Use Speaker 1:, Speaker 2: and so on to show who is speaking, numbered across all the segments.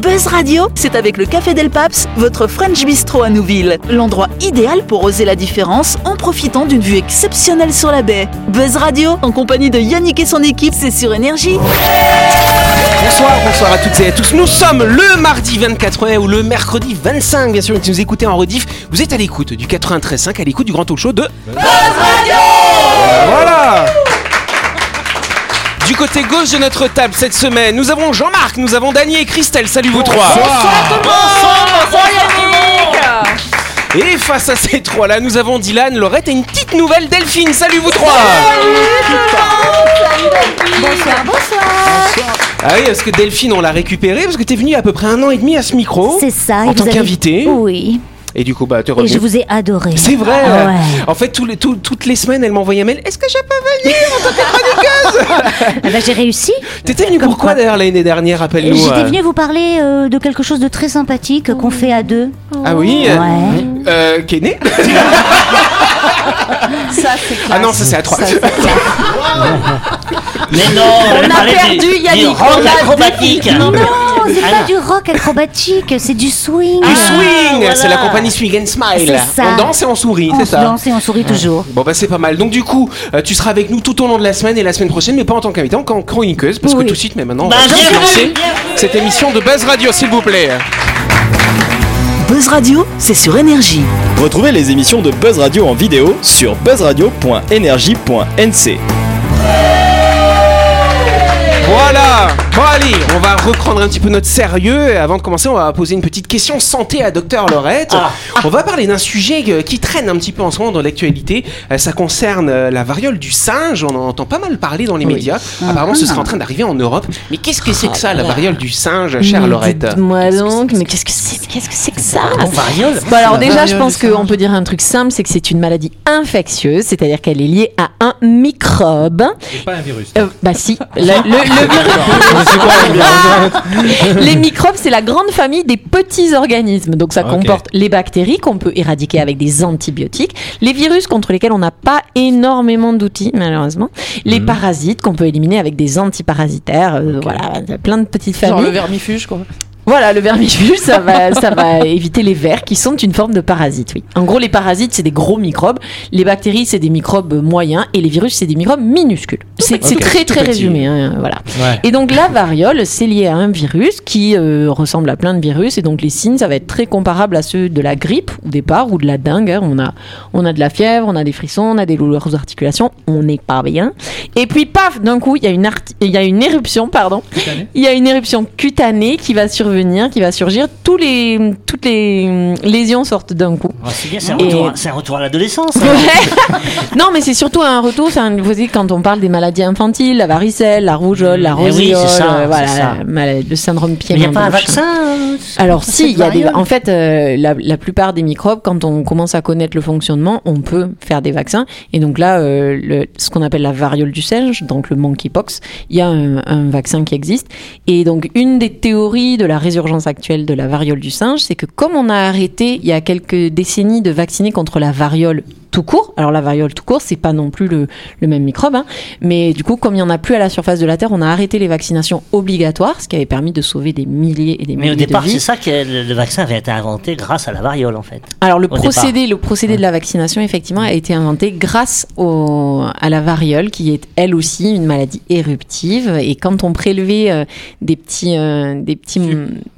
Speaker 1: Buzz Radio, c'est avec le Café Del Paps, votre French Bistro à Nouville. L'endroit idéal pour oser la différence en profitant d'une vue exceptionnelle sur la baie. Buzz Radio, en compagnie de Yannick et son équipe, c'est sur Énergie.
Speaker 2: Bonsoir, bonsoir à toutes et à tous. Nous sommes le mardi 24 mai ou le mercredi 25, bien sûr, si vous écoutez en rediff. Vous êtes à l'écoute du 93.5, à l'écoute du grand talk show de... Voilà Du côté gauche de notre table cette semaine, nous avons Jean-Marc, nous avons Dany et Christelle. Salut vous trois Et face à ces trois-là, nous avons Dylan, Laurette et une petite nouvelle Delphine. Salut vous trois
Speaker 3: Bonsoir, bonsoir.
Speaker 2: Ah oui, parce que Delphine, on l'a récupérée parce que t'es venue à peu près un an et demi à ce micro.
Speaker 3: C'est ça. et
Speaker 2: Oh, En
Speaker 3: vous
Speaker 2: tant
Speaker 3: avez-
Speaker 2: qu'invité.
Speaker 3: Oui.
Speaker 2: Et du coup, bah, t'es
Speaker 3: Et
Speaker 2: revenue.
Speaker 3: je vous ai adoré.
Speaker 2: C'est vrai.
Speaker 3: Ah ouais.
Speaker 2: En fait, tous les- tout- toutes les semaines, elle m'envoyait un mail. Est-ce que je peux venir
Speaker 3: Ah bah, j'ai réussi.
Speaker 2: T'étais venue pourquoi
Speaker 3: quoi.
Speaker 2: d'ailleurs l'année dernière Rappelle-nous.
Speaker 3: J'étais
Speaker 2: euh.
Speaker 3: venue vous parler euh, de quelque chose de très sympathique euh, qu'on fait à deux.
Speaker 2: Ah oui. euh,
Speaker 3: Ouais.
Speaker 2: Euh, qui est né
Speaker 4: Ça, c'est
Speaker 2: Ah non, ça c'est à 3.
Speaker 5: Mais non,
Speaker 4: On a perdu Yannick,
Speaker 5: Il rend
Speaker 4: on a
Speaker 5: acrobatique.
Speaker 3: Non, non, c'est
Speaker 5: Ah
Speaker 3: pas
Speaker 5: non.
Speaker 3: du rock acrobatique, c'est du swing.
Speaker 2: Du swing
Speaker 5: voilà.
Speaker 2: C'est la compagnie Swing and Smile.
Speaker 3: Ah, C'est ça.
Speaker 2: On danse et on sourit,
Speaker 3: Ah. On
Speaker 2: c'est
Speaker 3: se
Speaker 2: ça
Speaker 3: danse et on sourit toujours.
Speaker 2: Bon bah c'est pas mal. Donc du coup, euh, tu seras avec nous tout au long de la semaine et la semaine prochaine, mais pas en tant qu'invité, en tant que chroniqueuse, parce que
Speaker 3: Oui.
Speaker 2: tout de suite, mais maintenant, on
Speaker 5: Bah,
Speaker 2: va
Speaker 5: bienvenue,
Speaker 2: lancer
Speaker 5: bienvenue.
Speaker 2: cette émission de Buzz Radio, s'il vous plaît.
Speaker 1: Buzz Radio, c'est sur Énergie.
Speaker 6: Retrouvez les émissions de Buzz Radio en vidéo sur buzzradio.energie.nc.
Speaker 2: Voilà Bon allez, on va reprendre un petit peu notre sérieux. Et Avant de commencer, on va poser une petite question santé à Docteur Laurette. On va parler d'un sujet euh, qui traîne un petit peu en ce moment dans l'actualité. Euh, Ça concerne euh, la variole du singe. On en entend pas mal parler dans les médias. Apparemment, ce serait en train d'arriver en Europe. Mais qu'est-ce que c'est que ça, la variole du singe, chère Laurette
Speaker 4: Moi donc, mais qu'est-ce que c'est Qu'est-ce que c'est que ça
Speaker 5: Variole.
Speaker 4: Bon alors déjà, je
Speaker 5: variole
Speaker 4: pense
Speaker 5: du singe.
Speaker 4: qu'on peut dire un truc simple, c'est que c'est une maladie infectieuse, c'est-à-dire qu'elle est liée à un microbe.
Speaker 7: pas un virus.
Speaker 4: Euh, bah si, le- le- le- les microbes, c'est la grande famille des petits organismes. Donc ça
Speaker 7: Ok.
Speaker 4: comporte les bactéries qu'on peut éradiquer avec des antibiotiques, les virus contre lesquels on n'a pas énormément d'outils malheureusement, les
Speaker 7: Mhm.
Speaker 4: parasites qu'on peut éliminer avec des antiparasitaires, euh, voilà, plein de petites familles.
Speaker 8: Genre le vermifuge, quoi.
Speaker 4: Voilà, le vermifuge, ça va, ça va éviter les vers qui sont une forme de parasite, oui. En gros, les parasites, c'est des gros microbes. Les bactéries, c'est des microbes moyens. Et les virus, c'est des microbes minuscules. C'est c'est
Speaker 7: petit.
Speaker 4: très,
Speaker 7: Tout
Speaker 4: très
Speaker 7: petit.
Speaker 4: résumé, hein, voilà.
Speaker 7: Ouais.
Speaker 4: Et donc, la variole, c'est lié à un virus qui euh, ressemble à plein de virus. Et donc, les signes, ça va être très comparable à ceux de la grippe, au départ, ou de la dengue. hein. On, a, on a de la fièvre, on a des frissons, on a des douleurs aux articulations. On n'est pas bien. Et puis, paf, d'un coup, il y, a une arti- il y a une éruption, pardon. Il y a une éruption cutanée qui va survenir, qui va surgir. Tous les, toutes les hum, lésions sortent d'un coup.
Speaker 5: Ah, c'est bien, c'est un retour,
Speaker 4: Et-
Speaker 5: à- c'est un retour à l'adolescence. hein.
Speaker 4: non, mais c'est surtout un retour. C'est un, vous savez, quand on parle des maladies infantiles, la varicelle, la rougeole, la
Speaker 5: Eh oui,
Speaker 4: roséole,
Speaker 5: c'est ça,
Speaker 4: euh, voilà,
Speaker 5: c'est ça.
Speaker 4: la maladie- le syndrome pied
Speaker 5: Mais il n'y a pas un vaccin. euh,
Speaker 4: Alors
Speaker 5: pour
Speaker 4: si,
Speaker 5: cette
Speaker 4: il y a des,
Speaker 5: variole
Speaker 4: en fait, euh, la, la plupart des microbes, quand on commence à connaître le fonctionnement, on peut faire des vaccins. Et donc là, euh, le- ce qu'on appelle la variole du singe, donc le monkeypox, il y a un, un vaccin qui existe. Et donc une des théories de la résurgence actuelle de la variole du singe, c'est que comme on a arrêté il y a quelques décennies de vacciner contre la variole tout court, alors la variole tout court, c'est pas non plus le, le même microbe, hein, mais du coup, comme il n'y en a plus à la surface de la Terre, on a arrêté les vaccinations obligatoires, ce qui avait permis de sauver des milliers et des milliers
Speaker 5: Mais au
Speaker 4: de
Speaker 5: départ,
Speaker 4: vies.
Speaker 5: c'est ça que le le vaccin avait été inventé grâce à la variole, en fait.
Speaker 4: Alors le
Speaker 5: au
Speaker 4: procédé, le procédé de la vaccination effectivement a été inventé grâce au, à la variole qui est elle aussi une maladie éruptive et quand on prélevait euh, des petits euh, des petits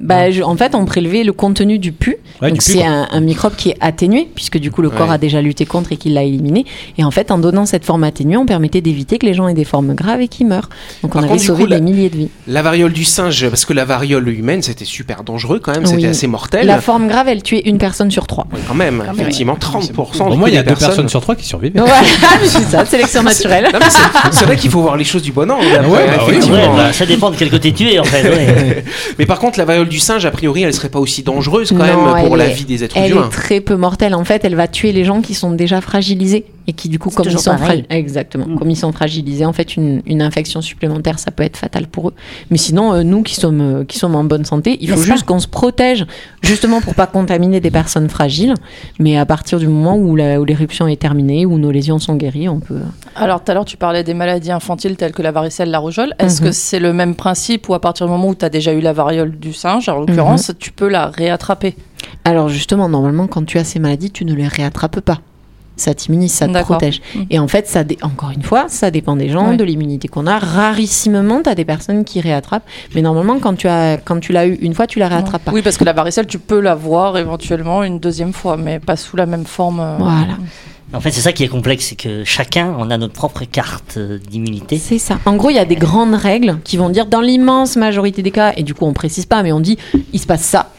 Speaker 4: bah, je- en fait on prélevait le contenu du pus
Speaker 7: Ouais,
Speaker 4: donc
Speaker 7: du pus,
Speaker 4: c'est
Speaker 7: quoi.
Speaker 4: un, un microbe qui est atténué puisque du coup le corps
Speaker 2: Ouais.
Speaker 4: a déjà lutté contre et qu'il l'a éliminé et en fait en donnant cette forme atténuée on permettait d'éviter que les gens aient des formes graves et qu'ils meurent donc
Speaker 2: Par
Speaker 4: on avait
Speaker 2: contre, du
Speaker 4: sauvé
Speaker 2: coup, la-
Speaker 4: des milliers de vies.
Speaker 2: La variole du singe, parce que la variole humaine, c'était super dangereux quand même,
Speaker 4: Oui.
Speaker 2: c'était assez mortel.
Speaker 4: La forme grave elle tuait une personne sur trois.
Speaker 2: Oui, quand même, effectivement, 30%.
Speaker 7: Au
Speaker 2: du coup,
Speaker 7: moins, il y a
Speaker 2: des
Speaker 7: deux personnes sur trois qui survivent.
Speaker 4: Voilà, c'est ça, sélection naturelle.
Speaker 2: Non, mais c'est- c'est vrai qu'il faut voir les choses du bon angle. après,
Speaker 7: ouais, bah oui,
Speaker 5: Ouais,
Speaker 2: effectivement.
Speaker 5: bah, ça dépend de quel côté tu es, en fait. ouais.
Speaker 2: Mais par contre, la variole du singe, a priori, elle serait pas aussi dangereuse quand
Speaker 4: Non,
Speaker 2: même pour
Speaker 4: elle
Speaker 2: la
Speaker 4: est-
Speaker 2: vie des êtres
Speaker 4: Elle
Speaker 2: humains.
Speaker 4: est très peu mortelle. En fait, elle va tuer les gens qui sont déjà déjà fragilisés et qui du coup
Speaker 3: C'est
Speaker 4: comme ils
Speaker 3: toujours
Speaker 4: sont fra-
Speaker 3: pareil.
Speaker 4: exactement
Speaker 3: Mm.
Speaker 4: comme ils sont fragilisés en fait une, une infection supplémentaire ça peut être fatal pour eux mais sinon euh, nous qui sommes euh, qui sommes en bonne santé il faut
Speaker 3: N'est-ce
Speaker 4: juste qu'on se protège justement pour pas contaminer des personnes fragiles mais à partir du moment où la- où l'éruption est terminée où nos lésions sont guéries on peut
Speaker 8: Alors, tout à l'heure, tu parlais des maladies infantiles telles que la varicelle, la rougeole. Est-ce
Speaker 4: Mhm.
Speaker 8: que c'est le même principe ou à partir du moment où tu as déjà eu la variole du singe, en l'occurrence,
Speaker 4: Mhm.
Speaker 8: tu peux la réattraper
Speaker 4: Alors justement, normalement, quand tu as ces maladies, tu ne les réattrapes pas. Ça t'immunise, ça te
Speaker 8: D'accord.
Speaker 4: protège.
Speaker 8: Mhm.
Speaker 4: Et en fait, ça dé- encore une fois, ça dépend des gens,
Speaker 8: Ouais.
Speaker 4: de l'immunité qu'on a. Rarissimement, tu as des personnes qui réattrapent. Mais normalement, quand tu as, quand tu l'as eu une fois, tu la réattrapes pas.
Speaker 8: Oui, parce que la varicelle, tu peux la voir éventuellement une deuxième fois, mais pas sous la même forme. euh.
Speaker 4: Voilà,
Speaker 5: En fait, c'est ça qui est complexe, c'est que chacun, on a notre propre carte euh, d'immunité.
Speaker 4: c'est ça. En gros, il y a des grandes règles qui vont dire dans l'immense majorité des cas, et du coup, on précise pas, mais on dit il se passe ça.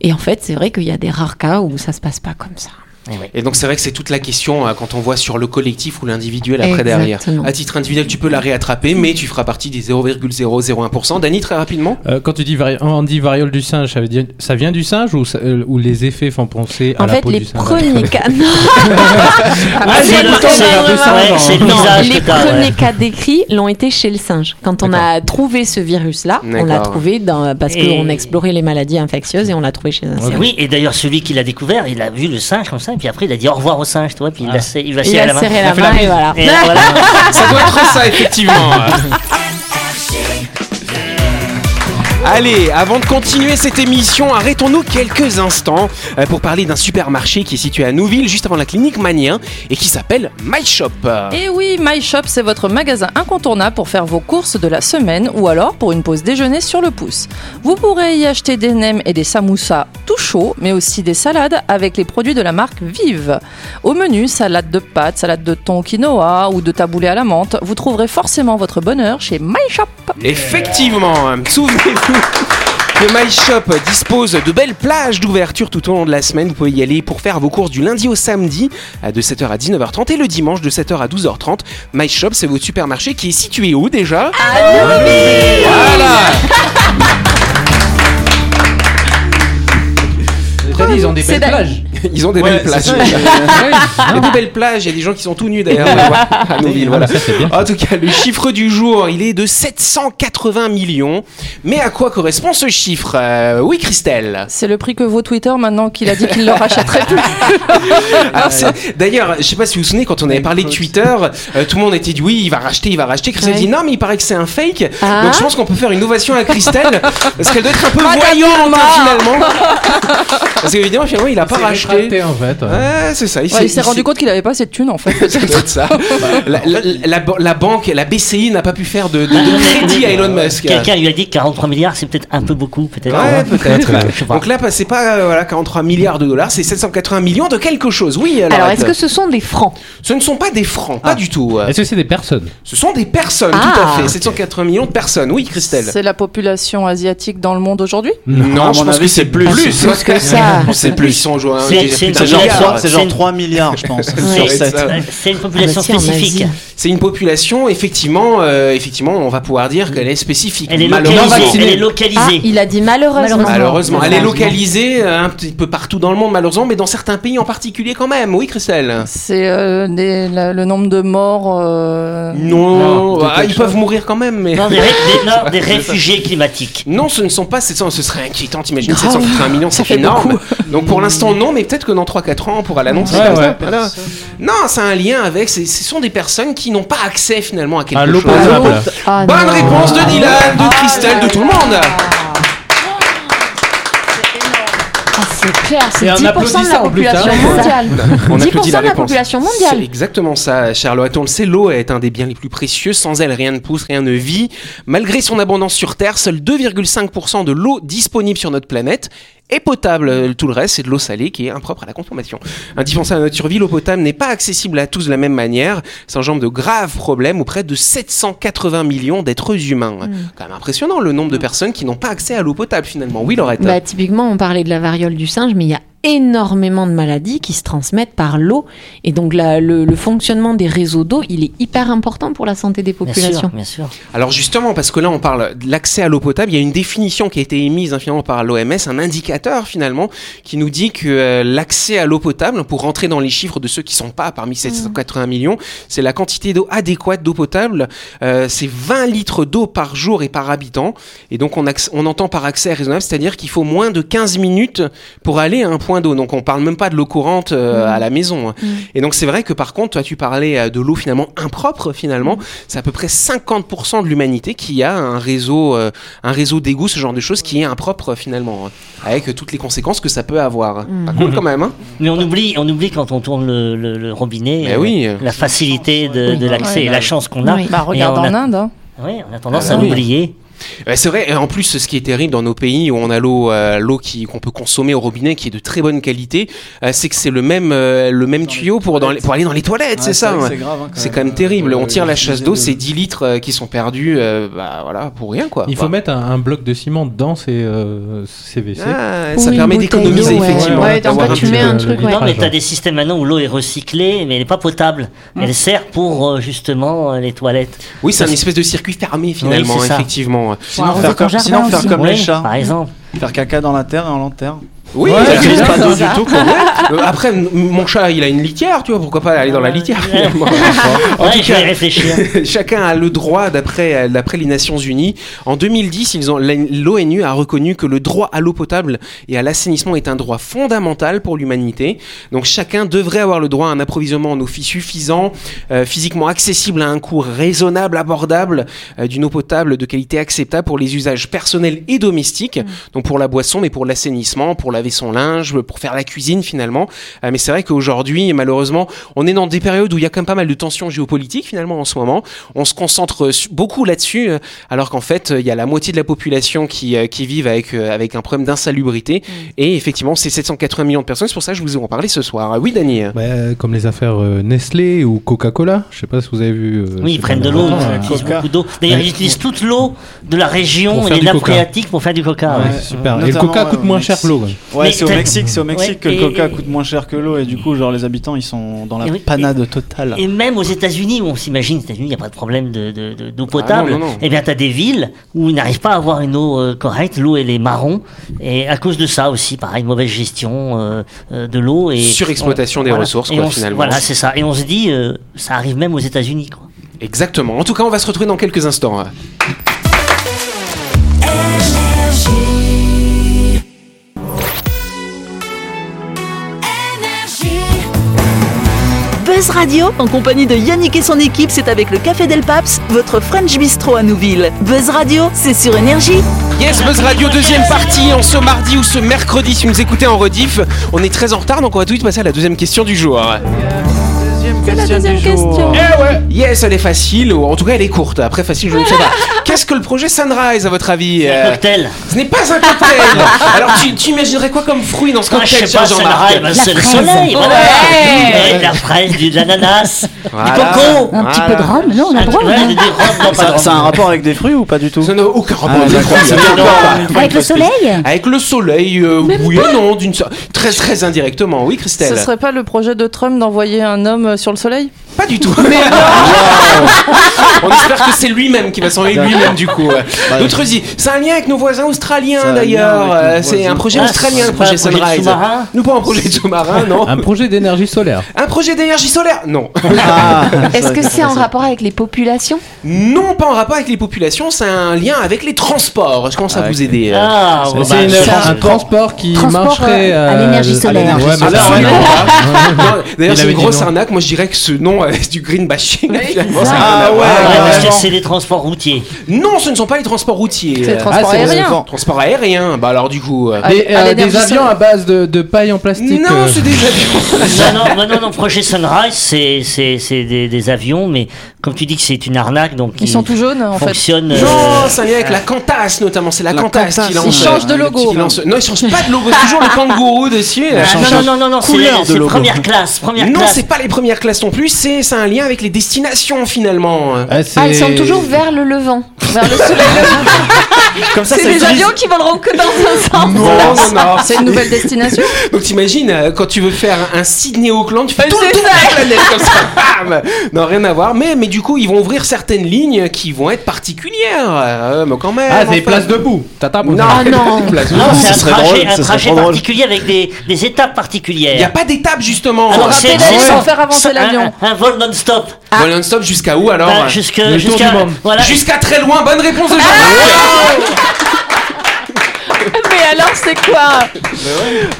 Speaker 4: Et en fait, c'est vrai qu'il y a des rares cas où ça se passe pas comme ça.
Speaker 5: Eh ouais.
Speaker 2: Et donc c'est vrai que c'est toute la question euh, quand on voit sur le collectif ou l'individuel après derrière.
Speaker 4: Exactement.
Speaker 2: À titre individuel, tu peux la réattraper, mais tu feras partie des 0,001%. Dany, très rapidement.
Speaker 7: Euh, quand tu dis vari- on dit variole du singe, ça veut dire ça vient du singe ou, ça- euh, ou les effets font penser à
Speaker 4: En
Speaker 7: la
Speaker 4: fait,
Speaker 7: peau
Speaker 4: les
Speaker 7: du singe
Speaker 4: premiers cas. Non.
Speaker 5: Ah,
Speaker 4: c'est
Speaker 5: le-
Speaker 4: le-
Speaker 5: c'est-
Speaker 4: c'est le-
Speaker 5: ouais,
Speaker 7: genre.
Speaker 5: c'est le
Speaker 7: Non,
Speaker 5: visage
Speaker 4: les
Speaker 5: que t'as,
Speaker 4: premiers
Speaker 5: ouais.
Speaker 4: cas décrits l'ont été chez le singe. Quand on a trouvé ce virus-là, on l'a
Speaker 2: D'accord.
Speaker 4: trouvé dans, parce
Speaker 5: Et-
Speaker 4: qu'on explorait les maladies infectieuses et on l'a trouvé chez un singe.
Speaker 5: Oui, et d'ailleurs, celui qui l'a découvert, il a vu le singe comme ça, et puis après, il a dit au revoir au singe, toi, puis il l'a sé- Ah. il va
Speaker 4: Il
Speaker 5: serrer la
Speaker 4: a
Speaker 5: main.
Speaker 4: serré la
Speaker 7: fait la
Speaker 4: main et
Speaker 7: bise.
Speaker 4: voilà.
Speaker 5: Et voilà.
Speaker 4: Ah.
Speaker 2: Ça doit être ça, effectivement. Allez, avant de continuer cette émission, arrêtons-nous quelques instants euh, pour parler d'un supermarché qui est situé à Nouville, juste avant la clinique Manien, et qui s'appelle My Shop.
Speaker 8: Ah. Et oui, My Shop, c'est votre magasin incontournable pour faire vos courses de la semaine ou alors pour une pause déjeuner sur le pouce. Vous pourrez y acheter des nems et des samoussas tout chauds, mais aussi des salades avec les produits de la marque Vive. Au menu, salade de pâtes, salade de thon quinoa ou de taboulé à la menthe, vous trouverez forcément votre bonheur chez My Shop.
Speaker 2: Effectivement, hein. souvenez-vous que My Shop dispose de belles plages d'ouverture tout au long de la semaine. Vous pouvez y aller pour faire vos courses du lundi au samedi euh, de 7h à 19h30 et le dimanche de 7h à 12h30. My Shop, c'est votre supermarché qui est situé où déjà Voilà
Speaker 7: T'as dit, ils ont des belles
Speaker 8: C'est dingue.
Speaker 7: plages.
Speaker 2: Ils ont des belles plages. Il y a des belles plages, il y a des gens qui sont tout nus d'ailleurs à Nouville. Voilà.
Speaker 7: Ça, c'est bien.
Speaker 2: En tout cas, le chiffre du jour, il est de 780 millions. Mais à quoi correspond ce chiffre Euh, Oui, Christelle
Speaker 8: C'est le prix que vaut Twitter maintenant qu'il a dit qu'il ne le rachèterait plus.
Speaker 2: Ah, c'est- D'ailleurs, je sais pas si vous vous souvenez, quand on avait parlé de Twitter, euh, tout le monde était dit oui, il va racheter, il va racheter. Christelle
Speaker 4: Ouais.
Speaker 2: dit non, mais il paraît que c'est un fake.
Speaker 4: Ah.
Speaker 2: Donc je pense qu'on peut faire une ovation à Christelle, parce qu'elle doit être un peu
Speaker 8: Madame
Speaker 2: voyante
Speaker 8: Irma.
Speaker 2: hein, finalement. Parce qu'évidemment, finalement, il a pas
Speaker 7: C'est
Speaker 2: racheté.
Speaker 7: rétracté, en fait. ouais.
Speaker 2: Ouais, c'est ça.
Speaker 8: Ouais, il s'est rendu compte qu'il n'avait pas assez de thunes en fait.
Speaker 2: Ça doit être ça. La, la- la- la banque, la BCI n'a pas pu faire de, de- de crédit à Elon Musk.
Speaker 5: Quelqu'un lui a dit que 43 milliards, c'est peut-être un peu beaucoup, peut-être.
Speaker 2: Ouais,
Speaker 5: Je sais
Speaker 2: peut-être.
Speaker 5: pas.
Speaker 2: Donc là, c'est pas euh, voilà, 43 milliards de dollars, c'est 780 millions de quelque chose. Oui, alors.
Speaker 4: Alors, est-ce que ce sont des francs
Speaker 2: Ce ne sont pas des francs, pas du tout. euh.
Speaker 7: Est-ce que c'est des personnes
Speaker 2: Ce sont des personnes,
Speaker 4: Ah.
Speaker 2: tout à fait. 780 millions de personnes. Oui, Christelle.
Speaker 8: C'est la population asiatique dans le monde aujourd'hui
Speaker 2: Non,
Speaker 9: à
Speaker 2: je
Speaker 9: mon
Speaker 2: pense que
Speaker 9: avis,
Speaker 2: c'est
Speaker 9: c'est
Speaker 2: plus.
Speaker 9: plus.
Speaker 2: C'est plus que
Speaker 4: ça.
Speaker 2: C'est plus. Ils sont joués.
Speaker 5: C'est- c'est-
Speaker 9: C'est genre,
Speaker 5: Regarde,
Speaker 9: trois- c'est
Speaker 5: c'est
Speaker 9: genre
Speaker 5: une-
Speaker 9: 3 milliards, je pense. sur
Speaker 2: Ouais.
Speaker 9: 7.
Speaker 5: Euh, C'est une population
Speaker 4: Ah bah si, en
Speaker 5: spécifique.
Speaker 4: Asie.
Speaker 2: C'est une population, effectivement, euh, effectivement, on va pouvoir dire qu'elle est spécifique.
Speaker 5: Elle est
Speaker 2: Malheureusement.
Speaker 5: localisée. Elle est
Speaker 4: Ah,
Speaker 5: localisée.
Speaker 4: il a dit malheureusement.
Speaker 2: Malheureusement, elle est localisée euh, un petit peu partout dans le monde, malheureusement, mais dans certains pays en particulier quand même. Oui, Christelle
Speaker 8: C'est euh, les- la- le nombre de morts. euh,
Speaker 2: Non,
Speaker 9: Non,
Speaker 2: ah, ils peuvent mourir quand même, mais.
Speaker 5: Non, des, ré- des- non, des réfugiés climatiques.
Speaker 2: Non, ce ne sont pas 700, ce serait inquiétant, t'imagines 780 millions, c'est énorme. Donc pour l'instant, non, mais peut-être que dans 3-4 ans, on pourra l'annoncer.
Speaker 7: Ouais,
Speaker 2: comme ça,
Speaker 7: ouais.
Speaker 2: voilà. Non, ça a un lien avec, c'est- ce sont des personnes qui n'ont pas accès finalement à quelque
Speaker 7: À
Speaker 2: chose.
Speaker 7: l'opposable.
Speaker 4: Ah,
Speaker 2: Bonne
Speaker 4: non.
Speaker 2: réponse de Dylan, de Christelle, de tout le monde.
Speaker 4: Ah, c'est clair, c'est
Speaker 7: Et un
Speaker 4: 10% de la
Speaker 7: applaudissement en plus, hein.
Speaker 4: population mondiale.
Speaker 2: On
Speaker 4: 10%
Speaker 2: applaudit
Speaker 4: de la population
Speaker 2: C'est
Speaker 4: mondiale.
Speaker 2: exactement ça, Charlotte. On le sait, l'eau est un des biens les plus précieux. Sans elle, rien ne pousse, rien ne vit. Malgré son abondance sur Terre, seuls 2,5% de l'eau disponible sur notre planète est potable. Tout le reste, c'est de l'eau salée qui est impropre à la consommation. Indispensable à notre survie, l'eau potable n'est pas accessible à tous de la même manière. Ça engendre de graves problèmes auprès de 780 millions d'êtres humains. Quand même impressionnant le nombre de personnes qui n'ont pas accès à l'eau potable finalement. Oui, Laurette.
Speaker 4: Bah, typiquement, on parlait de la variole du singe, mais il y a énormément de maladies qui se transmettent par l'eau. Et donc la- le, le fonctionnement des réseaux d'eau, il est hyper important pour la santé des
Speaker 5: Bien sûr,
Speaker 4: populations.
Speaker 5: bien sûr.
Speaker 2: Alors justement, parce que là on parle de l'accès à l'eau potable, il y a une définition qui a été émise hein, finalement par l'OMS, un indicateur finalement qui nous dit que euh, l'accès à l'eau potable, pour rentrer dans les chiffres de ceux qui sont pas parmi ces 180 millions, c'est la quantité d'eau adéquate d'eau potable, euh, c'est 20 litres d'eau par jour et par habitant. Et donc on, acc- on entend par accès raisonnable, c'est-à-dire qu'il faut moins de 15 minutes pour aller à un point d'eau. Donc on parle même pas de l'eau courante euh, à la maison. hein. Et donc c'est vrai que par contre, toi tu parlais euh, de l'eau finalement impropre finalement, c'est à peu près 50% de l'humanité qui a un réseau, euh, un réseau d'égouts, ce genre de choses qui est impropre finalement, hein, avec euh, toutes les conséquences que ça peut avoir.
Speaker 10: Mm.
Speaker 2: Pas cool quand même, hein
Speaker 5: Mais on oublie, on oublie quand on tourne le, le- le robinet
Speaker 2: Mais
Speaker 5: euh,
Speaker 2: oui.
Speaker 5: la facilité de, de l'accès et la chance qu'on a.
Speaker 4: Oui.
Speaker 8: Bah, regarde
Speaker 5: Et on a-
Speaker 8: en Inde. hein.
Speaker 5: Oui, on a tendance
Speaker 2: Ah,
Speaker 5: à
Speaker 2: oui.
Speaker 5: l'oublier.
Speaker 2: Ouais, Euh, c'est vrai. Et en plus, ce qui est terrible dans nos pays où on a l'eau, euh, l'eau qui qu'on peut consommer au robinet, qui est de très bonne qualité, euh, c'est que c'est le même, euh, le même tuyau pour dans les- pour aller dans les toilettes, c'est ça. ouais.
Speaker 9: C'est grave. hein,
Speaker 2: C'est quand même euh, terrible. On tire la chasse d'eau,
Speaker 9: de-
Speaker 2: c'est 10 litres euh, qui sont perdus, euh, bah voilà, pour rien quoi.
Speaker 7: Il faut
Speaker 2: Bah.
Speaker 7: mettre un, un bloc de ciment dans ces, euh, ces WC.
Speaker 2: Ah,
Speaker 10: Ou
Speaker 2: ça
Speaker 10: une
Speaker 2: permet
Speaker 10: bouteille
Speaker 2: d'économiser
Speaker 10: d'eau, ouais.
Speaker 2: effectivement.
Speaker 10: Ouais, en
Speaker 7: d'avoir
Speaker 10: fait,
Speaker 7: un
Speaker 10: tu
Speaker 7: petit
Speaker 10: mets
Speaker 7: peu
Speaker 10: un
Speaker 7: le
Speaker 10: truc, ouais.
Speaker 5: Non, mais
Speaker 7: vitrage. hein.
Speaker 5: t'as des systèmes maintenant où l'eau est recyclée, mais elle n'est pas potable. Elle sert pour euh, justement euh, les toilettes.
Speaker 2: Oui, c'est un espèce de circuit fermé finalement,
Speaker 5: Oui, c'est ça.
Speaker 2: effectivement.
Speaker 9: Sinon,
Speaker 3: arroser
Speaker 9: faire
Speaker 3: ton
Speaker 9: comme,
Speaker 3: jardin
Speaker 9: sinon, faire
Speaker 3: aussi.
Speaker 9: comme
Speaker 5: Oui,
Speaker 9: les chats.
Speaker 5: Par exemple.
Speaker 9: Faire caca dans la terre et on l'enterre.
Speaker 2: Oui,
Speaker 9: Ça
Speaker 2: parce que-
Speaker 9: utilise pas d'eau du tout. quoi.
Speaker 2: Euh, après m- mon chat, il a une litière, tu vois, pourquoi pas aller dans la litière finalement. En
Speaker 5: Ouais,
Speaker 2: tout
Speaker 5: je vais y
Speaker 2: cas,
Speaker 5: réfléchir.
Speaker 2: Chacun a le droit, d'après euh, d'après les Nations Unies. En 2010, ils ont- l'ONU a reconnu que le droit à l'eau potable et à l'assainissement est un droit fondamental pour l'humanité. Donc chacun devrait avoir le droit à un approvisionnement en eau fi- suffisant, euh, physiquement accessible à un coût raisonnable, abordable, euh, d'une eau potable de qualité acceptable pour les usages personnels et domestiques. Donc pour la boisson, mais pour l'assainissement, pour laver son linge, pour faire la cuisine finalement. Euh, mais c'est vrai qu'aujourd'hui, malheureusement, on est dans des périodes où il y a quand même pas mal de tensions géopolitiques finalement en ce moment. On se concentre euh, su- beaucoup là-dessus, euh, alors qu'en fait, euh, il y a la moitié de la population qui, euh, qui vivent avec, euh, avec un problème d'insalubrité. Et effectivement, c'est 780 millions de personnes. C'est pour ça que je vous ai en parlé ce soir. Ah Oui, Dany euh,
Speaker 7: Bah, euh, comme les affaires euh, Nestlé ou Coca-Cola. Je sais pas si vous avez vu. euh,
Speaker 5: Oui, ils
Speaker 7: ces
Speaker 5: prennent de
Speaker 7: derniers
Speaker 5: l'eau,
Speaker 7: temps,
Speaker 5: ils
Speaker 7: euh,
Speaker 5: utilisent
Speaker 9: coca.
Speaker 5: beaucoup d'eau. D'ailleurs,
Speaker 7: Ouais.
Speaker 5: ils utilisent toute l'eau de la
Speaker 7: Pour
Speaker 5: région
Speaker 7: faire
Speaker 5: et des
Speaker 7: du
Speaker 5: nappes
Speaker 7: coca.
Speaker 5: phréatiques pour faire du coca.
Speaker 7: ouais,
Speaker 5: ouais.
Speaker 7: super. Et le
Speaker 9: Notamment,
Speaker 7: Coca
Speaker 9: ouais,
Speaker 7: coûte
Speaker 9: au
Speaker 7: moins
Speaker 9: Mexique.
Speaker 7: cher que l'eau. ouais.
Speaker 9: Ouais,
Speaker 5: Mais
Speaker 9: c'est au
Speaker 5: t'as-
Speaker 9: Mexique, c'est au Mexique que
Speaker 5: et-
Speaker 9: le coca coûte moins cher que l'eau et du coup, genre les habitants ils sont dans la
Speaker 5: Et oui, et-
Speaker 9: panade totale.
Speaker 5: Et même aux États-Unis, où on s'imagine, aux États-Unis, il n'y a pas de problème de- de- de-
Speaker 7: Ah
Speaker 5: d'eau potable.
Speaker 2: non, non, non.
Speaker 5: Eh bien, tu as des villes où ils n'arrivent pas à avoir une eau euh, correcte, l'eau elle est marron. Et à cause de ça aussi, pareil, mauvaise gestion euh, euh, de l'eau et
Speaker 2: Surexploitation des ressources,
Speaker 5: Et
Speaker 2: quoi,
Speaker 5: on s-
Speaker 2: finalement.
Speaker 5: Voilà, c'est ça. Et on se dit, euh, ça arrive même aux États-Unis, quoi.
Speaker 2: Exactement. En tout cas, on va se retrouver dans quelques instants. hein.
Speaker 1: Buzz Radio, en compagnie de Yannick et son équipe, c'est avec le Café Del Paps, votre French Bistro à Nouville. Buzz Radio, c'est sur Énergie.
Speaker 2: Yes, Buzz Radio, deuxième partie, en ce mardi ou ce mercredi, si vous nous écoutez en rediff, on est très en retard, donc on va tout de suite passer à la deuxième question du jour.
Speaker 9: Deuxième
Speaker 8: C'est la deuxième question.
Speaker 2: Eh ouais Yes, elle est facile, ou en tout cas elle est courte, après facile, je ne sais pas. Qu'est-ce que le projet Sunrise, à votre avis euh,
Speaker 5: Cocktail.
Speaker 2: Ce n'est pas un cocktail Alors tu, tu imaginerais quoi comme fruit dans ce
Speaker 5: Ah, je
Speaker 2: cocktail,
Speaker 5: sais
Speaker 2: cher
Speaker 5: pas, c'est le
Speaker 2: Jean-Marc
Speaker 5: rêve, c'est le
Speaker 3: fraise.
Speaker 5: soleil. voilà.
Speaker 2: Ouais.
Speaker 5: Et de la fraise, du- de l'ananas,
Speaker 2: Voilà.
Speaker 5: du coco.
Speaker 2: Ah.
Speaker 3: Un petit peu de rhum, non, on a le droit.
Speaker 5: Ouais,
Speaker 3: non
Speaker 5: des robes, non, pas de
Speaker 9: Ça,
Speaker 5: robes.
Speaker 9: ça a un rapport avec des fruits ou pas du tout
Speaker 2: Ça n'a aucun rapport
Speaker 9: Ah,
Speaker 2: avec le
Speaker 9: d'accord,
Speaker 2: fruit, ça
Speaker 9: c'est
Speaker 2: n'a
Speaker 9: bien.
Speaker 2: aucun rapport.
Speaker 3: Avec le soleil
Speaker 2: Avec le soleil, euh, oui et non, d'une sorte. Très très indirectement, oui
Speaker 8: Ce
Speaker 2: Christelle
Speaker 8: serait pas le projet de Trump d'envoyer un homme euh, sur le soleil
Speaker 2: Pas du tout. On espère que c'est lui-même qui va s'enlever lui-même du coup. ouais.
Speaker 9: Bah,
Speaker 2: D'autres disent, c'est un lien avec nos voisins
Speaker 9: Ça a
Speaker 2: australiens
Speaker 9: un
Speaker 2: d'ailleurs.
Speaker 9: lien avec nos
Speaker 2: Euh, C'est
Speaker 9: voisins.
Speaker 2: un projet
Speaker 5: Ah,
Speaker 2: australien,
Speaker 5: c'est
Speaker 2: le
Speaker 5: pas
Speaker 2: projet
Speaker 5: un projet de
Speaker 2: Sunrise.
Speaker 5: sous-marin
Speaker 2: Nous pas un projet de sous-marin, non.
Speaker 7: Un projet d'énergie solaire.
Speaker 2: Un projet d'énergie solaire Non.
Speaker 9: Ah,
Speaker 10: Est-ce
Speaker 9: ça,
Speaker 10: que c'est en
Speaker 9: ça.
Speaker 10: rapport avec les populations
Speaker 2: Non, pas en rapport avec les populations, c'est un lien avec les transports. Je commence à
Speaker 9: Ah,
Speaker 2: vous aider. euh.
Speaker 5: Ah, ouais,
Speaker 7: Oh, C'est
Speaker 5: bah,
Speaker 7: une-
Speaker 5: ça,
Speaker 7: un transport qui
Speaker 3: Transport,
Speaker 7: marcherait
Speaker 3: euh, à l'énergie solaire.
Speaker 7: Ouais, mais
Speaker 9: solaire,
Speaker 7: ça-
Speaker 9: ouais, non.
Speaker 2: Non, D'ailleurs,
Speaker 7: Il
Speaker 2: c'est
Speaker 7: avait
Speaker 2: une
Speaker 7: dit
Speaker 2: grosse
Speaker 7: non.
Speaker 2: arnaque. Moi, je dirais que ce nom euh, c'est du green bashing.
Speaker 8: euh,
Speaker 2: finalement, ça n'a rien à
Speaker 9: Ah ouais,
Speaker 2: voir.
Speaker 5: Ouais, parce que
Speaker 9: vraiment.
Speaker 5: c'est les transports routiers.
Speaker 2: Non, ce ne sont pas les transports routiers.
Speaker 8: C'est les
Speaker 2: Euh,
Speaker 8: transports
Speaker 7: c'est les
Speaker 8: aériens.
Speaker 9: enfants.
Speaker 2: Transports aériens. Bah alors, du coup. euh,
Speaker 7: Des,
Speaker 8: à
Speaker 7: euh,
Speaker 8: l'énergie
Speaker 7: des avions
Speaker 8: solaire.
Speaker 7: à base de, de paille en plastique.
Speaker 2: Non,
Speaker 7: euh.
Speaker 2: c'est des avions.
Speaker 5: non, non, non, non, non, projet Sunrise, c'est, c'est, c'est des, des avions, mais comme tu dis que c'est une arnaque, donc
Speaker 8: Ils sont tout jaunes en fait.
Speaker 5: fonctionnent. euh,
Speaker 2: Non, c'est un lien avec la Cantas notamment, c'est la,
Speaker 9: La
Speaker 2: Cantas, qui
Speaker 9: Qantas.
Speaker 2: lance.
Speaker 8: Ils changent de
Speaker 2: euh, le
Speaker 8: logo. hein.
Speaker 2: petit qui lance- Non, ils changent pas de logo, c'est toujours le kangourou dessus.
Speaker 5: ah,
Speaker 9: change
Speaker 5: non, non, non, non, non, c'est,
Speaker 9: couleur de
Speaker 5: c'est
Speaker 9: logo.
Speaker 5: première classe, première
Speaker 2: Non,
Speaker 5: classe.
Speaker 2: c'est pas les premières classes non plus, c'est c'est un lien avec les destinations finalement.
Speaker 7: Ah, c'est-
Speaker 10: Ah, ils sont toujours vers le levant, vers le soleil levant.
Speaker 9: Comme ça,
Speaker 8: C'est
Speaker 9: ça
Speaker 8: des
Speaker 9: utilise-
Speaker 8: avions qui voleront que dans un sens.
Speaker 2: Non, non, non.
Speaker 8: C'est une nouvelle destination.
Speaker 2: Donc t'imagines, euh, quand tu veux faire un Sydney Auckland, tu fais
Speaker 8: Euh,
Speaker 2: tout le
Speaker 8: c'est
Speaker 2: tour de
Speaker 8: ça.
Speaker 2: la planète comme ça. Bam non, rien à voir. Mais, mais du coup, ils vont ouvrir certaines lignes qui vont être particulières. Euh, mais quand même.
Speaker 7: Ah, c'est
Speaker 2: enfin.
Speaker 7: des places debout. T'attends
Speaker 2: Non,
Speaker 4: Ah non.
Speaker 2: Place debout.
Speaker 5: Non, c'est
Speaker 9: ce
Speaker 5: un
Speaker 9: serait
Speaker 5: trajet,
Speaker 9: drôle,
Speaker 5: un
Speaker 9: ce serait
Speaker 5: trajet
Speaker 9: trop drôle.
Speaker 5: particulier avec des, des
Speaker 2: Il
Speaker 5: étapes
Speaker 2: n'y a
Speaker 5: particulières.
Speaker 2: pas d'étape justement.
Speaker 5: Alors,
Speaker 8: Faut
Speaker 5: c'est-
Speaker 8: rappeler
Speaker 5: c'est-
Speaker 8: sans faire avancer
Speaker 5: c'est un-
Speaker 8: l'avion.
Speaker 5: Un, un vol non-stop.
Speaker 2: Voilà, non-stop jusqu'à où alors
Speaker 5: Bah, jusque-
Speaker 7: le tour
Speaker 5: jusqu'à
Speaker 7: du monde.
Speaker 5: voilà,
Speaker 2: Jusqu'à très loin. Bonne réponse de Jean.
Speaker 8: Mais alors, c'est quoi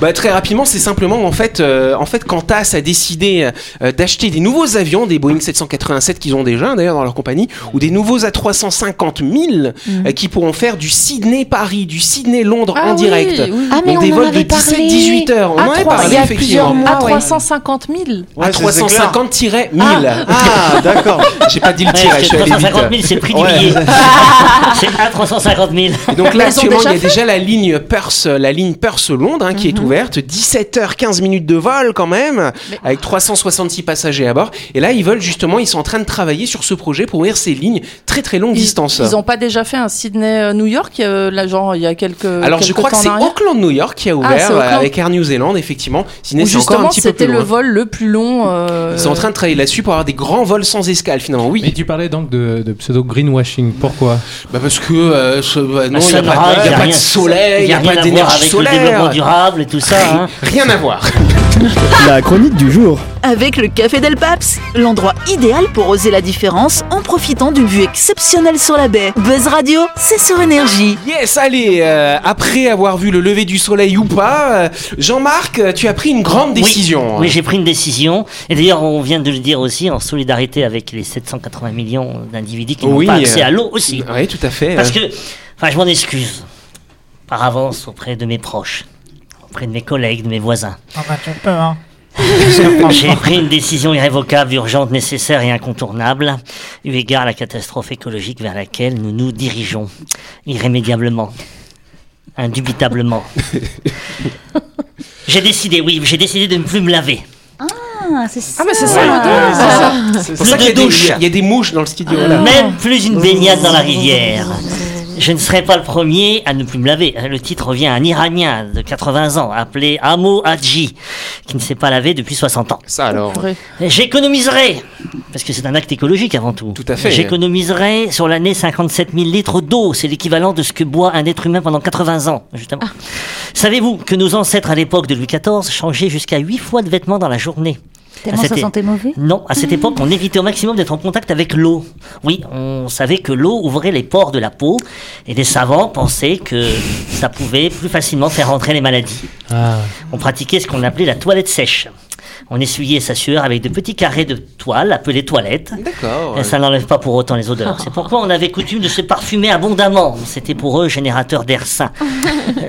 Speaker 2: Bah, très rapidement, c'est simplement en fait, euh, en fait, quand TAS a décidé euh, d'acheter des nouveaux avions, des Boeing 787 qu'ils ont déjà hein, d'ailleurs dans leur compagnie, ou des nouveaux A350 000 euh, qui pourront faire du Sydney-Paris, du Sydney-Londres en
Speaker 8: Ah oui,
Speaker 2: direct.
Speaker 8: oui.
Speaker 3: Ah, mais
Speaker 2: Donc
Speaker 3: on
Speaker 2: des
Speaker 3: en
Speaker 2: vols de
Speaker 3: avait parlé.
Speaker 2: 17-18 heures. On
Speaker 8: Ah,
Speaker 2: en avait
Speaker 8: trois,
Speaker 2: parlé,
Speaker 8: il y a
Speaker 2: effectivement.
Speaker 3: plusieurs
Speaker 8: À
Speaker 3: ouais.
Speaker 8: 350 000.
Speaker 2: À
Speaker 9: Ouais, c'est- c'est clair.
Speaker 2: 350-1000.
Speaker 9: Ah, d'accord.
Speaker 2: J'ai pas dit le
Speaker 5: Ouais,
Speaker 2: tirage, je
Speaker 5: Ah, c'est
Speaker 2: suis allé vite.
Speaker 5: 350 000, c'est le prix du
Speaker 9: Ouais.
Speaker 5: billet. c'est à 350 000.
Speaker 2: Et donc là,
Speaker 8: Mais ils ont
Speaker 2: actuellement, il y
Speaker 8: déjà Mhm.
Speaker 2: a déjà la ligne Perth, la ligne Perth-Londres hein, qui est ouverte. 17h15 minutes de vol quand même,
Speaker 8: Mais-
Speaker 2: avec 366 passagers à bord. Et là, ils veulent justement, ils sont en train de travailler sur ce projet pour ouvrir ces lignes très très longue
Speaker 8: Ils-
Speaker 2: distance.
Speaker 8: Ils n'ont pas déjà fait un Sydney-New York, euh, là, genre, il y a quelques.
Speaker 2: Alors je
Speaker 8: quelques
Speaker 2: crois que
Speaker 8: euh, temps en
Speaker 2: c'est
Speaker 8: arrière Ah,
Speaker 2: Auckland-New York qui a ouvert
Speaker 8: c'est
Speaker 2: euh,
Speaker 8: Auckland.
Speaker 2: avec Air New Zealand, effectivement. Sydney,
Speaker 8: Où
Speaker 2: c'est encore un
Speaker 8: justement,
Speaker 2: petit peu plus
Speaker 8: c'était le
Speaker 2: loin.
Speaker 8: vol le plus long. euh,
Speaker 2: Ils sont en train de travailler là-dessus pour avoir des grands vols sans escale finalement. Oui,
Speaker 7: Mais tu parlais donc de, de pseudo greenwashing. Pourquoi
Speaker 2: Bah, parce que euh, ce- bah, non, il n'y a,
Speaker 5: Ça
Speaker 2: pas,
Speaker 5: n'aura-
Speaker 2: de- il y a pas
Speaker 5: rien-
Speaker 2: de soleil, il n'y a,
Speaker 5: rien
Speaker 2: pas
Speaker 5: à voir
Speaker 2: d'énergie
Speaker 5: avec le développement
Speaker 2: solaire.
Speaker 5: durable et tout ça. hein.
Speaker 2: Rien à voir.
Speaker 6: La chronique du jour.
Speaker 1: Avec le Café Del Paps, l'endroit idéal pour oser la différence en profitant d'une vue exceptionnelle sur la baie. Buzz Radio, c'est sur énergie.
Speaker 2: Yes, allez, euh, après avoir vu le lever du soleil ou pas, euh, Jean-Marc, euh, tu as pris une grande
Speaker 5: Oui,
Speaker 2: décision.
Speaker 5: Oui, j'ai pris une décision. Et d'ailleurs, on vient de le dire aussi, en solidarité avec les 780 millions d'individus qui n'ont
Speaker 2: Oui,
Speaker 5: pas accès
Speaker 2: euh,
Speaker 5: à l'eau aussi.
Speaker 2: Oui, tout à fait.
Speaker 5: Parce que, enfin, je m'en excuse par avance auprès de mes proches, auprès de mes collègues, de mes voisins. J'ai pris une décision irrévocable, urgente, nécessaire et incontournable, eu égard à la catastrophe écologique vers laquelle nous nous dirigeons, irrémédiablement, indubitablement. j'ai décidé, oui, j'ai décidé de ne plus me laver.
Speaker 3: Ah, c'est ça.
Speaker 8: Ah, mais c'est ça l'odeur c'est ça.
Speaker 2: Ah. C'est pour ça qu'il y, a
Speaker 5: de
Speaker 2: des-
Speaker 5: douche.
Speaker 2: il y a des mouches dans le studio. là.
Speaker 5: Même plus une baignade dans la rivière. Je ne serai pas le premier à ne plus me laver. Le titre revient à un Iranien de 80 ans, appelé Amo Hadji, qui ne s'est pas lavé depuis 60 ans.
Speaker 2: Ça alors.
Speaker 8: Vrai.
Speaker 5: J'économiserai, parce que c'est un acte écologique avant tout.
Speaker 2: Tout à fait.
Speaker 5: J'économiserai sur l'année 57 000 litres d'eau. C'est l'équivalent de ce que boit un être humain pendant 80 ans, justement. Savez-vous que nos ancêtres à l'époque de Louis XIV changeaient jusqu'à 8 fois de vêtements dans la journée Ah,
Speaker 3: Tellement ça
Speaker 5: C'était-
Speaker 3: sentait mauvais.
Speaker 5: non, à cette époque, on évitait au maximum d'être en contact avec l'eau. Oui, on savait que l'eau ouvrait les pores de la peau, et des savants pensaient que ça pouvait plus facilement faire entrer les maladies.
Speaker 7: Ah.
Speaker 5: On pratiquait ce qu'on appelait la toilette sèche. On essuyait sa sueur avec de petits carrés de toile appelés toilettes.
Speaker 2: D'accord.
Speaker 5: Et ça n'enlève pas pour autant les odeurs. C'est pourquoi on avait coutume de se parfumer abondamment. C'était pour eux générateur d'air sain.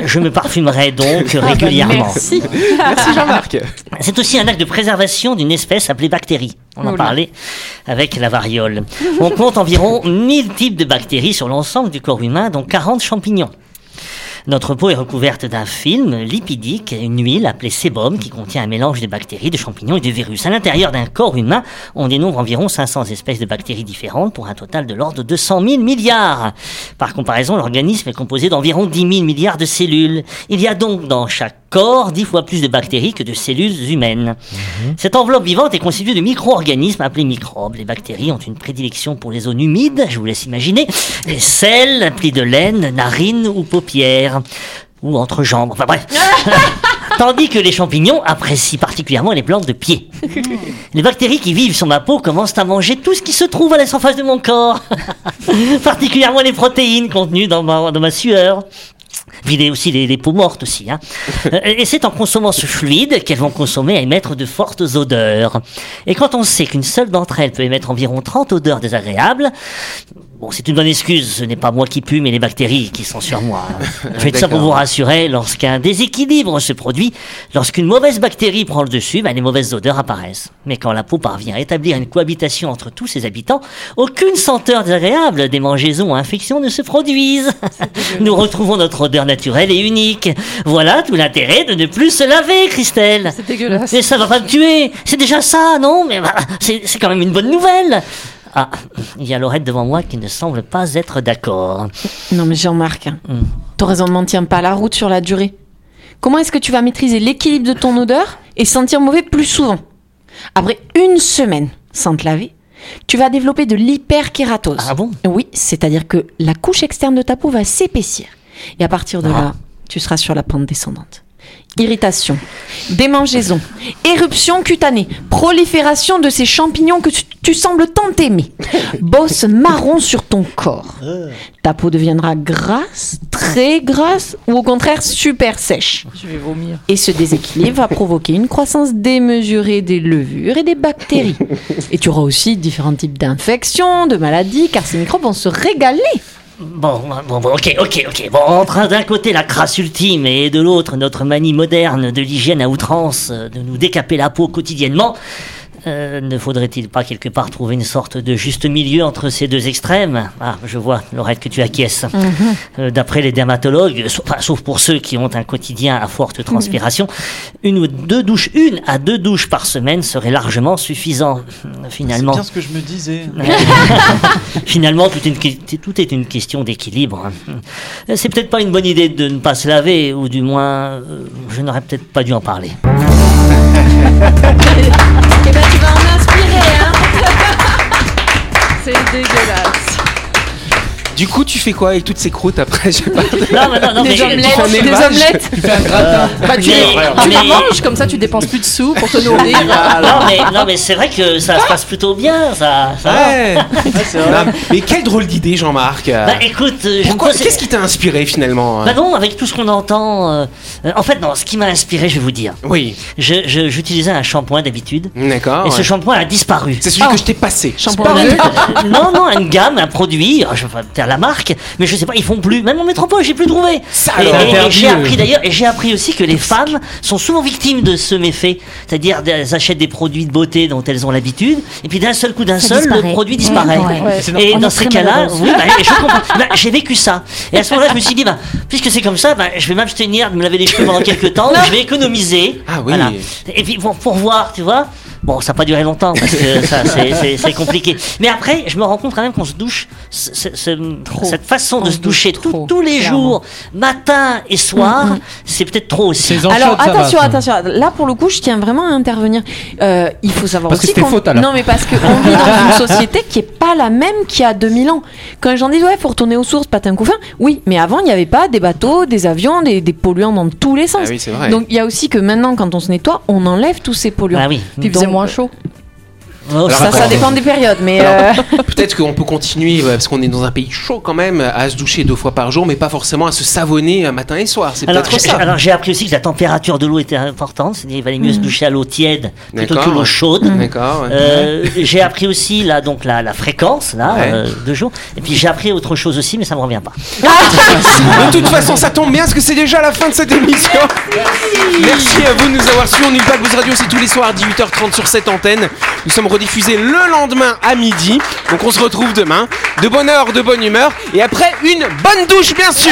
Speaker 5: Je me parfumerais donc régulièrement.
Speaker 8: Merci.
Speaker 2: Merci Jean-Marc.
Speaker 5: C'est aussi un acte de préservation d'une espèce appelée bactérie. On en parlait avec la variole. On compte environ 1000 types de bactéries sur l'ensemble du corps humain, dont 40 champignons. Notre peau est recouverte d'un film lipidique, une huile appelée sébum qui contient un mélange de bactéries, de champignons et de virus. À l'intérieur d'un corps humain, on dénombre environ 500 espèces de bactéries différentes pour un total de l'ordre de 100 000 milliards. Par comparaison, l'organisme est composé d'environ 10 000 milliards de cellules. Il y a donc dans chaque corps 10 fois plus de bactéries que de cellules humaines. Cette enveloppe vivante est constituée de micro-organismes appelés microbes. Les bactéries ont une prédilection pour les zones humides, je vous laisse imaginer, et selles, plis de laine, narines ou paupières, ou entrejambes, enfin bref. Tandis que les champignons apprécient particulièrement les plantes de pied. Les bactéries qui vivent sur ma peau commencent à manger tout ce qui se trouve à la surface de mon corps, particulièrement les protéines contenues dans ma, dans ma sueur. Puis les- aussi les, les peaux mortes aussi. Hein. Euh, Et c'est en consommant ce fluide qu'elles vont consommer à émettre de fortes odeurs. Et quand on sait qu'une seule d'entre elles peut émettre environ 30 odeurs désagréables, bon c'est une bonne excuse, ce n'est pas moi qui pue mais les bactéries qui sont sur moi. Je fais tout ça pour
Speaker 2: D'accord.
Speaker 5: vous rassurer, lorsqu'un déséquilibre se produit, lorsqu'une mauvaise bactérie prend le dessus, ben, les mauvaises odeurs apparaissent. Mais quand la peau parvient à établir une cohabitation entre tous ses habitants, aucune senteur désagréable, démangeaison ou infection ne se produisent. Nous retrouvons notre odeur naturelle et unique. Voilà tout l'intérêt de ne plus se laver, Christelle.
Speaker 8: C'est dégueulasse.
Speaker 5: Mais ça va pas me tuer. C'est déjà ça, non Mais bah, c'est c'est quand même une bonne nouvelle. Ah, il y a Laurette devant moi qui ne semble pas être d'accord.
Speaker 4: Non, mais Jean-Marc, hein.
Speaker 5: Hum.
Speaker 4: ton raisonnement ne tient pas la route sur la durée. Comment est-ce que tu vas maîtriser l'équilibre de ton odeur et sentir mauvais plus souvent Après une semaine sans te laver, tu vas développer de l'hyperkératose.
Speaker 5: Ah bon
Speaker 4: Oui, c'est-à-dire que la couche externe de ta peau va s'épaissir. Et à partir
Speaker 5: Ah.
Speaker 4: de là, tu seras sur la pente descendante. Irritation, démangeaison, éruption cutanée, prolifération de ces champignons que tu, tu sembles tant aimer, bosse marron sur ton corps. Ta peau deviendra grasse, très grasse ou au contraire super sèche.
Speaker 8: Je vais vomir.
Speaker 4: Et ce déséquilibre va provoquer une croissance démesurée des levures et des bactéries. Et tu auras aussi différents types d'infections, de maladies, car ces microbes vont se régaler.
Speaker 5: Bon, bon, bon, ok, ok, ok. Bon, entre d'un côté la crasse ultime et de l'autre notre manie moderne de l'hygiène à outrance, euh, de nous décaper la peau quotidiennement, euh, ne faudrait-il pas quelque part trouver une sorte de juste milieu entre ces deux extrêmes Ah, je vois, Laurette, que tu acquiesces. Euh, D'après les dermatologues, sauf, enfin, sauf pour ceux qui ont un quotidien à forte transpiration, une ou deux douches, une à deux douches par semaine serait largement suffisant.
Speaker 9: C'est
Speaker 5: Finalement,
Speaker 9: bien ce que je me disais.
Speaker 5: Finalement, tout est une, que- tout est une question d'équilibre. C'est peut-être pas une bonne idée de ne pas se laver, ou du moins, euh, je n'aurais peut-être pas dû en parler.
Speaker 4: Eh ben, tu vas en inspirer, hein
Speaker 8: C'est dégueulasse.
Speaker 2: Du coup, tu fais quoi avec toutes ces croûtes après Je sais pas.
Speaker 5: Non, mais non, non, mais,
Speaker 8: Des
Speaker 2: prends
Speaker 8: omelettes, des
Speaker 2: l'élevage.
Speaker 8: omelettes.
Speaker 7: Tu fais un gratin.
Speaker 8: Bah, tu,
Speaker 5: Mais-
Speaker 8: les-
Speaker 5: mais-
Speaker 8: tu les manges, comme ça tu dépenses plus de sous pour te nourrir.
Speaker 5: non, mais, non, mais c'est vrai que ça se passe plutôt bien, ça. ça va.
Speaker 2: Ouais. Non, mais quelle drôle d'idée, Jean-Marc. euh.
Speaker 5: Bah écoute, euh, je me
Speaker 2: Pourquoi
Speaker 5: pose-
Speaker 2: Qu'est-ce qui t'a inspiré finalement euh
Speaker 5: Bah non, avec tout ce qu'on entend. euh, euh, en fait, non, ce qui m'a inspiré, je vais vous dire.
Speaker 2: Oui,
Speaker 5: Je- je- J'utilisais un shampoing d'habitude,
Speaker 2: d'accord.
Speaker 5: et Ah. ce
Speaker 2: Ah ouais.
Speaker 5: shampoing a disparu.
Speaker 2: C'est celui que je t'ai passé.
Speaker 8: Shampoing
Speaker 2: C'est pas
Speaker 8: de-
Speaker 2: vrai
Speaker 5: Euh, non, non, une gamme, un produit, je vais pas faire la marque, mais je sais pas, ils font plus. Même en métropole, j'ai plus trouvé.
Speaker 2: Ça,
Speaker 5: et,
Speaker 2: alors,
Speaker 5: et- et
Speaker 7: interdit,
Speaker 5: j'ai
Speaker 7: euh.
Speaker 5: appris d'ailleurs, et j'ai appris aussi que les femmes sont souvent victimes de ce méfait, c'est-à-dire elles achètent des produits de beauté dont elles ont l'habitude, et puis d'un seul coup, d'un
Speaker 3: Ça
Speaker 5: seul, le
Speaker 3: disparaît.
Speaker 5: produit disparaît.
Speaker 3: Ouais, ouais.
Speaker 7: C'est
Speaker 5: Et
Speaker 3: normal.
Speaker 5: dans
Speaker 3: On est
Speaker 5: ces
Speaker 3: très
Speaker 5: cas-là,
Speaker 3: malheureuse.
Speaker 5: oui, bah, et je comprends. Bah, j'ai vécu ça. Et à ce moment-là, je me suis dit, bah, puisque c'est comme ça, bah, je vais m'abstenir de me laver les cheveux pendant quelques temps, je vais économiser.
Speaker 2: Ah oui.
Speaker 5: Voilà. Et puis pour, pour voir, tu vois. Bon, ça n'a pas duré longtemps parce que ça, c'est- c'est c'est compliqué. Mais après, je me rends compte quand même qu'on se douche, ce- ce- ce- cette façon de
Speaker 8: On
Speaker 5: se
Speaker 8: se
Speaker 5: doucher
Speaker 8: douche
Speaker 5: tout-
Speaker 8: trop,
Speaker 5: tous les jours, matin et soir, c'est peut-être trop aussi.
Speaker 7: Ces enchères, hein.
Speaker 4: Alors
Speaker 7: ça va,
Speaker 4: attention,
Speaker 7: ça.
Speaker 4: attention. Là, pour le coup, je tiens vraiment à intervenir. Euh, il faut savoir
Speaker 7: Parce que
Speaker 4: aussi
Speaker 7: c'était
Speaker 4: qu'on-
Speaker 7: faute, alors.
Speaker 4: Non, mais parce qu'on vit dans une société qui est pas la même qu'il y a 2000 ans. Quand les gens disent ouais, faut retourner aux sources, patin couffin. Oui, mais avant, il n'y avait pas des bateaux, des avions, des, des polluants dans tous les sens.
Speaker 2: Ah oui, c'est vrai.
Speaker 4: Donc il y a aussi que maintenant, quand on se nettoie, on enlève tous ces polluants.
Speaker 5: Ah oui.
Speaker 8: Puis il faisait
Speaker 4: Donc,
Speaker 8: moins chaud.
Speaker 5: Oh,
Speaker 2: Alors,
Speaker 4: Ça, ça
Speaker 2: attends.
Speaker 4: dépend des périodes, mais euh,
Speaker 2: Ah, Alors, Peut-être qu'on peut continuer, ouais, parce qu'on est dans un pays chaud quand même, à se doucher deux fois par jour, mais pas forcément à se savonner euh, matin et soir. C'est
Speaker 5: Alors,
Speaker 2: peut-être
Speaker 5: j'ai-
Speaker 2: ça.
Speaker 5: alors, j'ai appris aussi que la température de l'eau était importante, c'est-à-dire il valait mieux se doucher à l'eau tiède plutôt que
Speaker 2: D'accord. Mm-hmm.
Speaker 5: l'eau chaude.
Speaker 2: D'accord. ouais.
Speaker 5: Euh, j'ai appris aussi là donc la, la fréquence là
Speaker 2: Ouais.
Speaker 5: euh, de jour et puis j'ai appris autre chose aussi mais ça me revient pas.
Speaker 2: De toute façon, ça tombe bien parce que c'est déjà la fin de cette émission. Merci à vous de nous avoir suivis. On est pas Buzz Radio, c'est tous les soirs à 18h30 sur cette antenne. Nous sommes rediffusés le lendemain à midi. Donc on se retrouve demain. De bonne heure, de bonne humeur. Et après, une bonne douche, bien sûr.